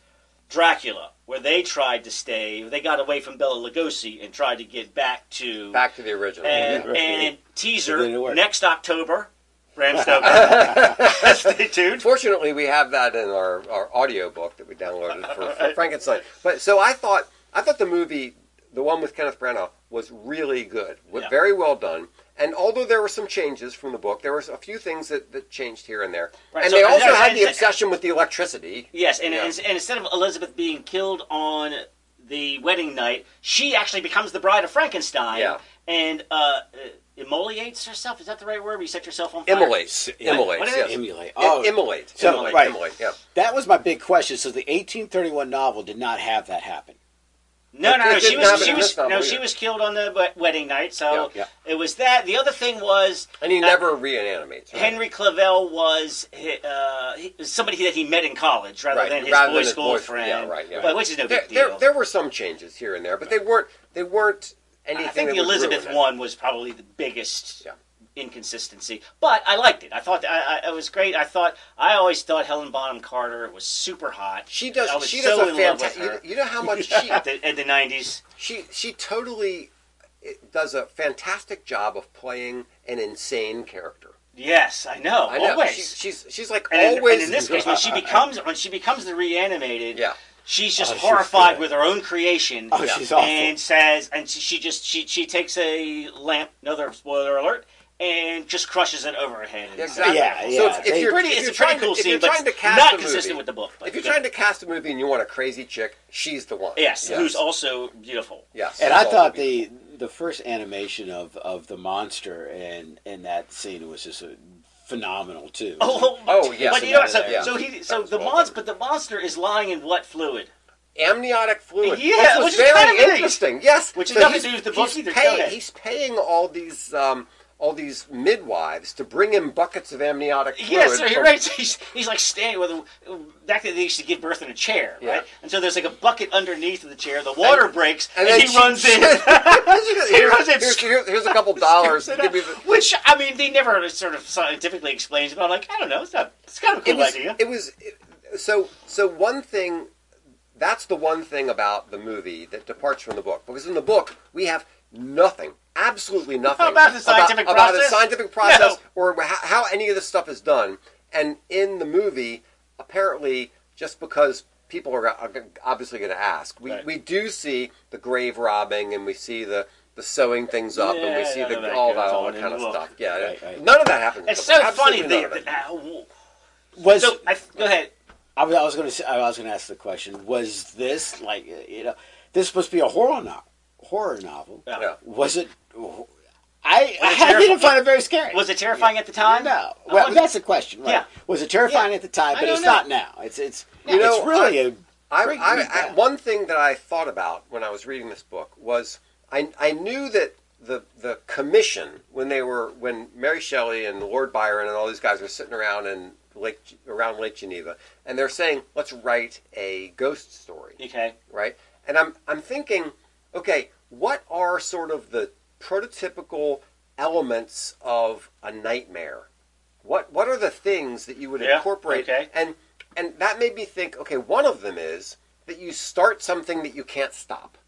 Dracula, where they tried to stay. They got away from Bela Lugosi and tried to get back to
Back to the original.
and,
Yeah.
and
It
teaser
didn't work.
next October.
[laughs]
Bram Stoker, [laughs] stay tuned.
Fortunately, we have that in our, our audio book that we downloaded for,
[laughs]
for Frankenstein. But so I thought I thought the movie, the one with Kenneth Branagh, was really good, was
Yeah.
very well done. And although there were some changes from the book, there was a few things that, that changed here and there.
Right,
and
so-
they
and
also
there's-
had
and-
the obsession with the electricity.
Yes, and,
Yeah.
and, and instead of Elizabeth being killed on the wedding night, she actually becomes the bride of Frankenstein.
Yeah.
And uh, uh, Immolates herself? Is that the right word? Where you set yourself on fire?
Immolates.
Yeah.
What
Immolates,
is
yes.
it?
Im-
Emulate. Oh,
immolate.
So,
immolate.
right.
Immolate, yeah.
that was my big question. So the 1831 novel did not have that happen.
No,
It-
no, no.
it
She
didn't happen
was, she
in
was,
this novel
no,
either.
she was killed on the wed- wedding night. So
Yeah,
it was that. The other thing was
And he
Uh,
never reanimates. Right?
Henry Clavell was uh, he- somebody that he met in college rather
Right,
than his
rather
boy
than his
school
boy-
friend.
yeah, right, yeah.
But which is no
there,
big deal.
there, there were some changes here and there, but they weren't. They weren't anything.
I think
that
the
would ruin
Elizabeth
it.
one was probably the biggest
Yeah.
inconsistency, but I liked it. I thought that- I, I, it was great. I thought I always thought Helen Bonham Carter was super hot.
She
I
does.
was
She
so
does a
in love with
fantastic. You,
her.
you know how
[laughs]
much
at the, in the '90s.
she she she totally it does a fantastic job of playing an insane character.
Yes, I know.
I know.
always.
She, she's she's like
and, in-
always
and in this case, when she becomes when she becomes the
[laughs]
reanimated,
Yeah.
she's just
Oh, she's
horrified
good.
with her own creation.
Oh,
Yeah.
she's awful.
and says, and she, she just she she takes a lamp. Another spoiler alert, and just crushes it over her head.
Exactly.
Yeah, yeah.
So if, if
They-
you're,
Pretty,
if
it's
you're
a pretty
trying
cool
to, if
scene,
you're
but
trying to
it's
cast
not
a
consistent
movie,
with the book. But
if you're trying to cast a movie and you want a crazy chick, she's the one.
yes, who's also beautiful.
yes.
And I
she's
thought
also-
the the first animation of, of the monster and in that scene was just a phenomenal too.
[laughs] Oh,
Oh, yes,
but you know,
another
so,
there.
so he,
That
so
was
the
well
monster,
done.
but the monster is lying in what fluid?
amniotic fluid.
Yeah,
which was
which is
very
kind of neat.
interesting. Yes,
Which has nothing
he's-
to do with the book
he's
either. Go
Paying,
ahead.
he's paying all these um, all these midwives to bring him buckets of amniotic fluid.
Yes, sir,
from- [laughs]
you're right. [laughs] He's, he's like standing with a, back then they used to give birth in a chair,
Yeah.
right? And so there's like a bucket underneath the chair. The water breaks,
and
and,
then
he
she-
runs in. [laughs]
Here's-
runs in-
here's, here's-
[laughs]
here's a couple dollars. Give me the-
Which I mean, they never sort of scientifically explains it. But I'm like, I don't know. It's not. It's kind of a cool
it was,
idea.
it was it- so so one thing that's the one thing about the movie that departs from the book because in the book we have nothing absolutely nothing
About the scientific
about, about
process?
the scientific process
No.
or how, how any of this stuff is done and in the movie apparently just because people are, are obviously going to ask we,
Right.
we do see the grave robbing and we see the the sewing things up and we
Yeah,
see
none
the,
of that
all
goes
that, all
on
that
in
kind
the
of
book.
stuff. Yeah,
Right, right.
none of that happens. in
it's
the
so
book. Absolutely
funny.
none
That,
of it.
that- uh,
was
so I, go ahead.
I was, I was going to I was going to ask the question: Was this like you know this supposed to be a horror no, horror novel?
Yeah.
Yeah.
Was it? I, I
terrifying?
didn't find it very scary.
Was it terrifying at the time? Oh,
No.
I
Well,
wasn't-
that's the question. Right?
Yeah.
Was it terrifying
Yeah.
at the time?
I
But
don't
it's
know.
not now. It's it's
You know,
it's really a
I,
Great
I,
read
I,
that.
one thing that I thought about when I was reading this book was I, I knew that the the commission when they were when Mary Shelley and Lord Byron and all these guys are sitting around in Lake around Lake Geneva and they're saying let's write a ghost story
Okay.
right? And I'm I'm thinking, okay, what are sort of the prototypical elements of a nightmare? What what are the things that you would
Yeah,
incorporate?
okay.
And and that made me think, okay, one of them is that you start something that you can't stop,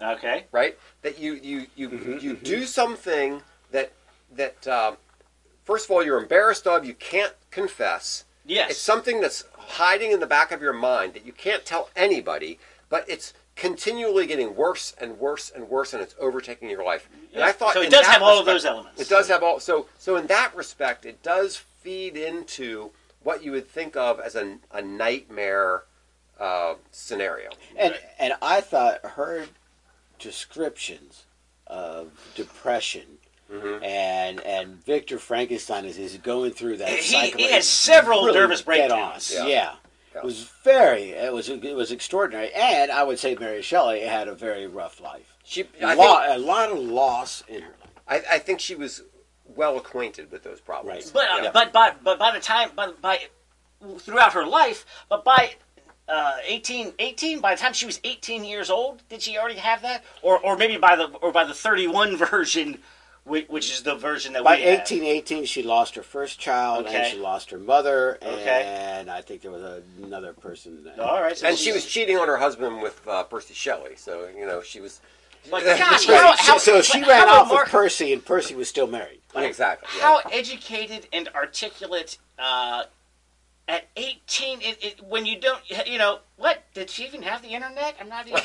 Okay.
right? That you you you you do something that that um, first of all you're embarrassed of, you can't confess,
Yes.
it's something that's hiding in the back of your mind that you can't tell anybody, but it's continually getting worse and worse and worse, and it's overtaking your life. And I thought
so it
in
does
that
have all of
respect-
those elements.
It does have all. So, so in that respect, it does feed into what you would think of as a, a nightmare uh, scenario.
and and I thought her descriptions of depression
Mm-hmm.
and and Victor Frankenstein is, is going through that.
He-
cycle
he
is
has several
really
nervous
dead
breakdowns.
on.
Yeah.
Yeah. It was very. It was. It was extraordinary, and I would say Mary Shelley had a very rough life.
She, I,
A
think,
lot, a lot of loss in her life.
I, I think she was well acquainted with those problems.
Right.
But uh,
Yeah.
but by but by the time by, by throughout her life, but by uh, 18, 18, by the time she was eighteen years old, did she already have that, or or maybe by the or by the thirty one [laughs] version, which, which is the version that
By
we have.
1818, she lost her first child,
Okay.
and she lost her mother,
Okay.
and I think there was another person. that-
All right, so
and she was cheating on her husband with uh, Percy Shelley, so you know she was.
Like, gosh,
Right,
[laughs]
how-
so, so she
how
ran
about
off with
Mark-
Percy, and Percy was still married.
exactly. yeah.
how educated and articulate uh, At 18, it, it, when you don't, you know, what? Did she even have the internet? I'm not [laughs] even.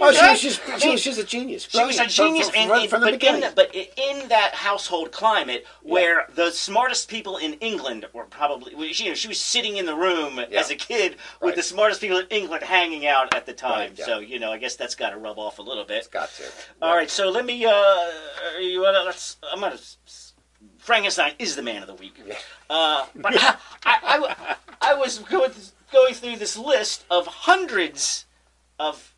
Oh, she was just, she was just a genius.
She was a
Brilliant. From-
genius,
from,
and,
from,
and-
from the
but, in
beginning.
the, but i- in that household climate where the smartest people in England were probably, well, she- you know, she was sitting in the room
Yeah.
as a kid
Right.
with the smartest people in England hanging out at the time.
Right, yeah.
So you know, I guess that's got to rub off a little bit.
It's got to.
All right, so let me. Uh, you wanna, let's. I'm gonna. s- s- Frankenstein is the man of the week. Uh, but [laughs] I, I w- I was going, th- going through this list of hundreds of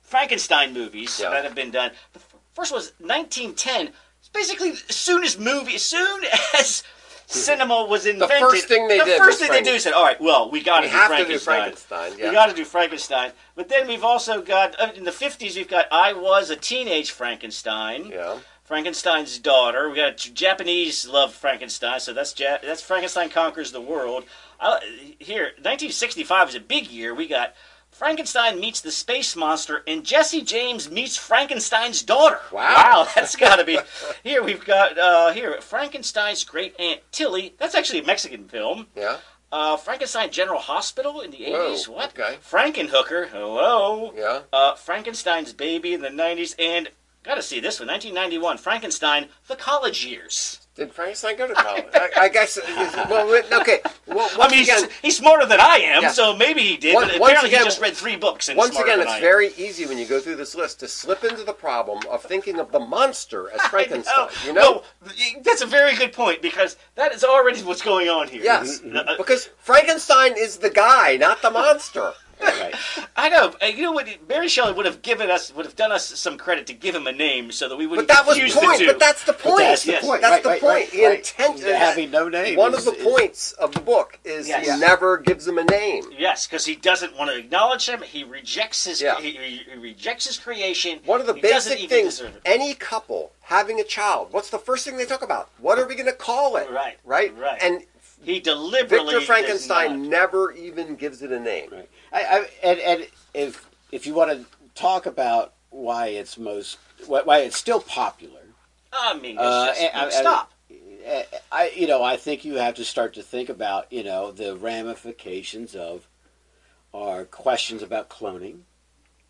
Frankenstein movies
Yeah.
that have been done. The f- first was 1910. It's basically as soon as movie, as soon
[laughs]
as cinema was invented,
first thing they
the
did was
first thing they do
Franken-
said, "All right, well, we got
We
do
have to do
Frankenstein."
Frankenstein.
We
Yeah.
got to do Frankenstein. But then we've also got uh, in the fifties we've got I was a teenage Frankenstein,
Yeah.
Frankenstein's daughter. We got Japanese love Frankenstein, so that's ja- that's Frankenstein conquers the world. I, here, 1965 is a big year. We got Frankenstein meets the space monster, and Jesse James meets Frankenstein's daughter.
Wow.
that's got to be. [laughs] Here we've got uh, here Frankenstein's great aunt Tilly. That's actually a Mexican film.
Yeah.
Uh, Frankenstein General Hospital in the
Whoa,
80s? What?
okay.
Frankenhooker, hello.
Yeah.
Uh, Frankenstein's Baby in the 90s, and gotta see this one, 1991, Frankenstein, The College Years.
Did Frankenstein go to college? I, I guess. Well, wait, okay. Well, once
I mean,
again,
he's, he's smarter than I am,
Yeah.
so maybe he did,
Once-
but
once
apparently
again-
he just read three books and
once
smarter
again,
than
it's
I am.
very easy when you go through this list to slip into the problem of thinking of the monster
[laughs]
as Frankenstein.
Oh,
You know.
no, th- that's a very good point because that is already what's going on here.
Yes,
Uh,
because Frankenstein is the guy, not the monster.
Right.
I know. uh, You know what? Mary Shelley would have given us, would have done us some credit to give him a name so that we
But
wouldn't
that was
confuse
the point.
the two.
But that's the point.
that's the
Yes.
point.
That's
Right,
the
right,
point.
right,
The
right.
intent. is-
Having no name
One
is-
of the
is-
points of the book is
Yes.
he never gives him a name.
Yes, because he doesn't want to acknowledge him. He rejects his.
Yeah.
He, he, he rejects his creation.
One of the
he doesn't
basic
even
things
deserve it.
any couple having a child. What's the first thing they talk about? What are we going to call it?
Right,
Right.
right.
And
He deliberately.
Victor
does
Frankenstein
not.
never even gives it a name.
Right. I, I and, and if if you want to talk about why it's most why, why it's still popular,
I mean, it's
Uh,
just,
and- and-
stop.
eh, I you know I think you have to start to think about you know the ramifications of our questions about cloning,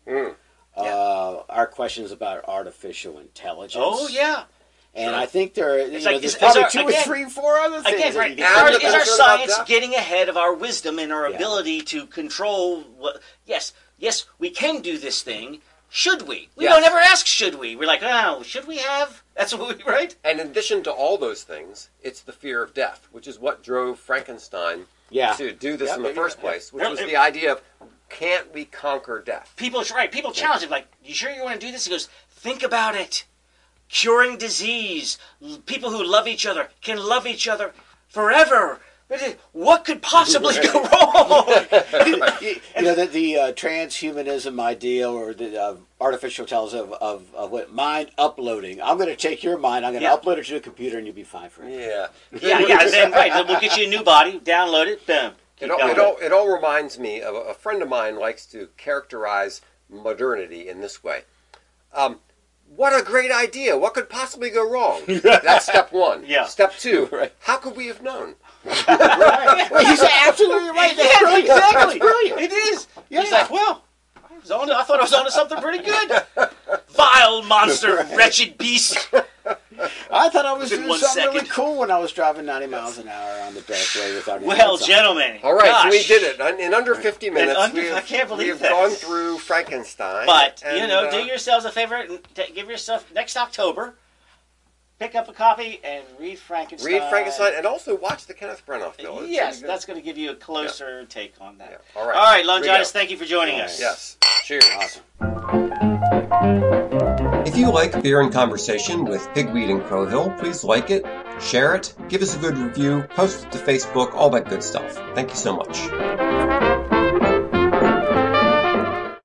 Mm.
uh, our questions about artificial intelligence.
oh yeah.
and
sure.
I think there are, you
It's
know,
like,
there's
is- is
probably
our-
two
again-
or three, four other things.
Again,
that
right?
you
Is
can
our,
think
is
Yeah.
our
about.
Sure about
science
that.
getting ahead of our wisdom and our
Yeah.
ability to control? What, yes, yes, we can do this thing. Should we? We
Yes.
don't ever ask. Should we? We're like, oh, should we have? That's what we [laughs] right.
And in addition to all those things, it's the fear of death, which is what drove Frankenstein
Yeah.
to do this
Yeah,
in the
yeah,
first
yeah.
place, which
No,
was
it-
the idea of can't we conquer
[laughs]
death? [laughs]
people right people challenge him like you sure you want to do this he goes think about it curing disease L- people who love each other can love each other forever But it- what could [laughs] possibly go wrong
you, you know the, the uh, transhumanism idea or the uh, artificial intelligence of, of, of what mind uploading. I'm going to take your mind. I'm going to
Yeah.
upload it to a computer, and you'll be fine forever.
Yeah.
yeah yeah then right then we'll get you a new body download it boom
It
Keep
all,
going.
it, all, it all reminds me of a a friend of mine likes to characterize modernity in this way. Um, what a great idea. What could possibly go
[laughs]
wrong? That's step one.
Yeah.
Step
[laughs]
two,
Right.
how could we have known?
Well, he's
[laughs]
absolutely right. That's
Yes,
brilliant.
exactly.
That's brilliant.
It is. He's
Yeah.
like, well, I was on. I thought I was onto something pretty good. [laughs] Vile monster, [laughs] wretched beast.
I thought I was
Within
doing
one
something really
second.
cool when I was driving 90 miles an hour on the back way without. any
Well, [laughs]
lights on.
gentlemen.
All right, so we
gosh.
did it. Un- In under 50 minutes,
under-
we've,
I can't believe
we've
that.
gone through Frankenstein.
But you
and,
know,
uh,
do yourselves a favor and t- give yourself next October, pick up a copy and read Frankenstein.
Read Frankenstein and also watch the Kenneth Branagh film. It's
Yes,
pretty good.
that's going to give you a closer take on that.
Yeah, all right.
All right, Longinus,
Rigo.
thank you for joining
All
us.
right.
Yes. Cheers.
Awesome.
If you like Beer and Conversation with Pigweed and Crowhill, please like it, share it, give us a good review, post it to Facebook, all that good stuff. Thank you so much.